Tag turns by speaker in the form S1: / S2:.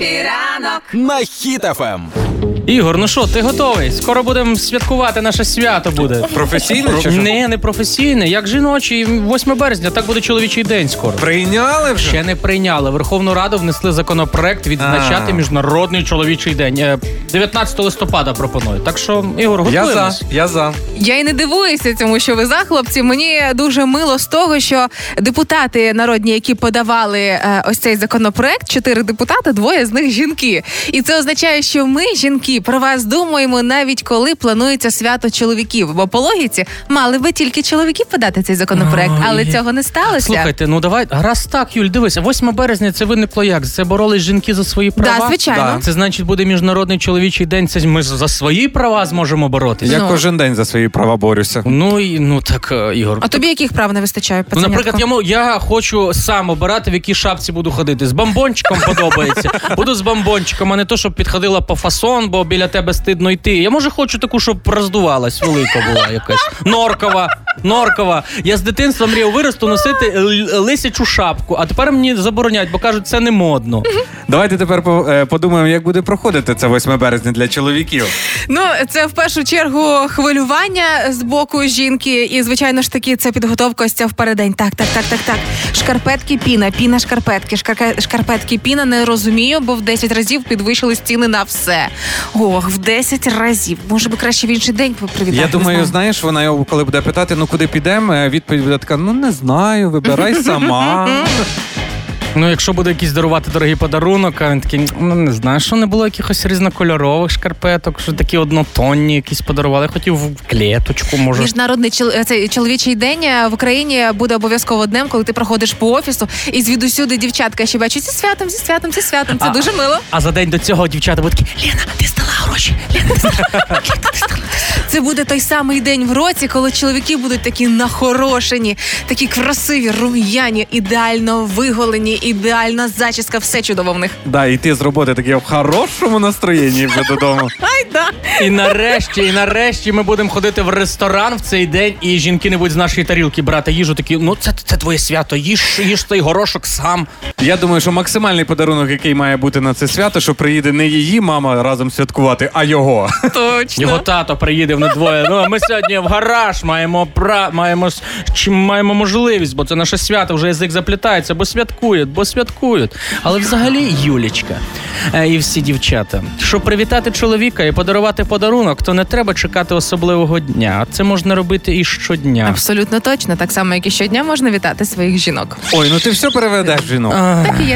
S1: ранок.
S2: на хітафем.
S3: Ігор, ну що, ти готовий? Скоро будемо святкувати наше свято буде.
S4: Професійно чи що?
S3: Не, не професійне, як жіночий, 8 березня, так буде чоловічий день скоро.
S4: Прийняли вже?
S3: Ще не прийняли. Верховну Раду внесли законопроект відзначати
S4: А.
S3: міжнародний чоловічий день. Е, 19 листопада пропонують. Так що, Ігор,
S4: Я за,
S3: готуємось.
S4: я за.
S1: Я й не дивуюся цьому, що ви за хлопці. Мені дуже мило з того, що депутати народні, які подавали е, ось цей законопроект, чотири депутати, двоє з них жінки. І це означає, що ми, жінки, про вас думаємо навіть коли планується свято чоловіків. Бо по логіці мали би тільки чоловіки подати цей законопроект,
S3: Ой.
S1: але цього не сталося.
S3: Слухайте, ну давай раз так, Юль, дивися, 8 березня це виникло як? Це боролись жінки за свої права.
S1: Да, звичайно.
S3: Це значить буде міжнародний чоловічий день. Це ми за свої права зможемо боротися.
S4: Я
S1: Ну.
S4: кожен день за свої права борюся.
S3: Ну і ну так, е, Ігор.
S1: А тобі яких прав не вистачає?
S3: Ну,
S1: пацанятко?
S3: наприклад, я, мо- я хочу сам обирати, в якій шапці буду ходити. З бомбончиком подобається. Буду з бомбончиком, а не то, щоб підходила по фасон, бо біля тебе стидно йти. Я може хочу таку, щоб роздувалась, велика була якась. Норкова. Норкова. Я з дитинства мріяв виросту носити л- лисячу шапку, а тепер мені заборонять, бо кажуть, це не модно.
S4: Давайте тепер по- е, подумаємо, як буде проходити це 8 березня для чоловіків.
S1: Ну, це в першу чергу хвилювання з боку жінки, і звичайно ж таки це підготовка ось ця впередень. Так, так, так, так, так. Шкарпетки, піна, піна, шкарпетки, шкарка- шкарпетки, піна. Не розумію, бо в 10 разів підвищили ціни на все. Ох, в 10 разів. Може би краще в інший день привітати.
S4: Я думаю,
S1: не знаю.
S4: знаєш, вона його коли буде питати, ну куди підемо, е, відповідь буде така: ну не знаю, вибирай сама.
S3: Ну, якщо буде якийсь дарувати дорогий подарунок, а він такий, ну не знаю, що не було якихось різнокольорових шкарпеток, що такі однотонні якісь подарували. Я хотів в клеточку, може.
S1: Міжнародний чол- цей чоловічий день е, в Україні буде обов'язково днем, коли ти проходиш по офісу, і звідусюди дівчатка ще бачить зі святом, зі святом, зі святом. Це
S3: А.
S1: дуже мило.
S3: А за день до цього дівчата будуть такі, Лена, ти здала гроші. Лена, ти здала.
S1: Це буде той самий день в році, коли чоловіки будуть такі нахорошені, такі красиві, рум'яні, ідеально виголені, ідеальна зачіска, все чудово в них.
S4: Да, і ти з роботи такий в хорошому настроєнні вже додому.
S1: Ай да.
S3: І нарешті, і нарешті ми будемо ходити в ресторан в цей день, і жінки не будуть з нашої тарілки брати їжу. Такі, ну це, це твоє свято, їж, їж цей горошок сам.
S4: Я думаю, що максимальний подарунок, який має бути на це свято, що приїде не її мама разом святкувати, а його.
S1: Точно.
S3: Його тато приїде вони двоє. Ну а ми сьогодні в гараж маємо пра маємо с- чи маємо можливість, бо це наше свято. Вже язик заплітається, бо святкують, бо святкують. Але взагалі, Юлічка е, і всі дівчата, щоб привітати чоловіка і подарувати подарунок, то не треба чекати особливого дня. Це можна робити і щодня.
S1: Абсолютно точно, так само, як і щодня можна вітати своїх жінок.
S4: Ой, ну ти все переведеш жінок.
S1: Так і є.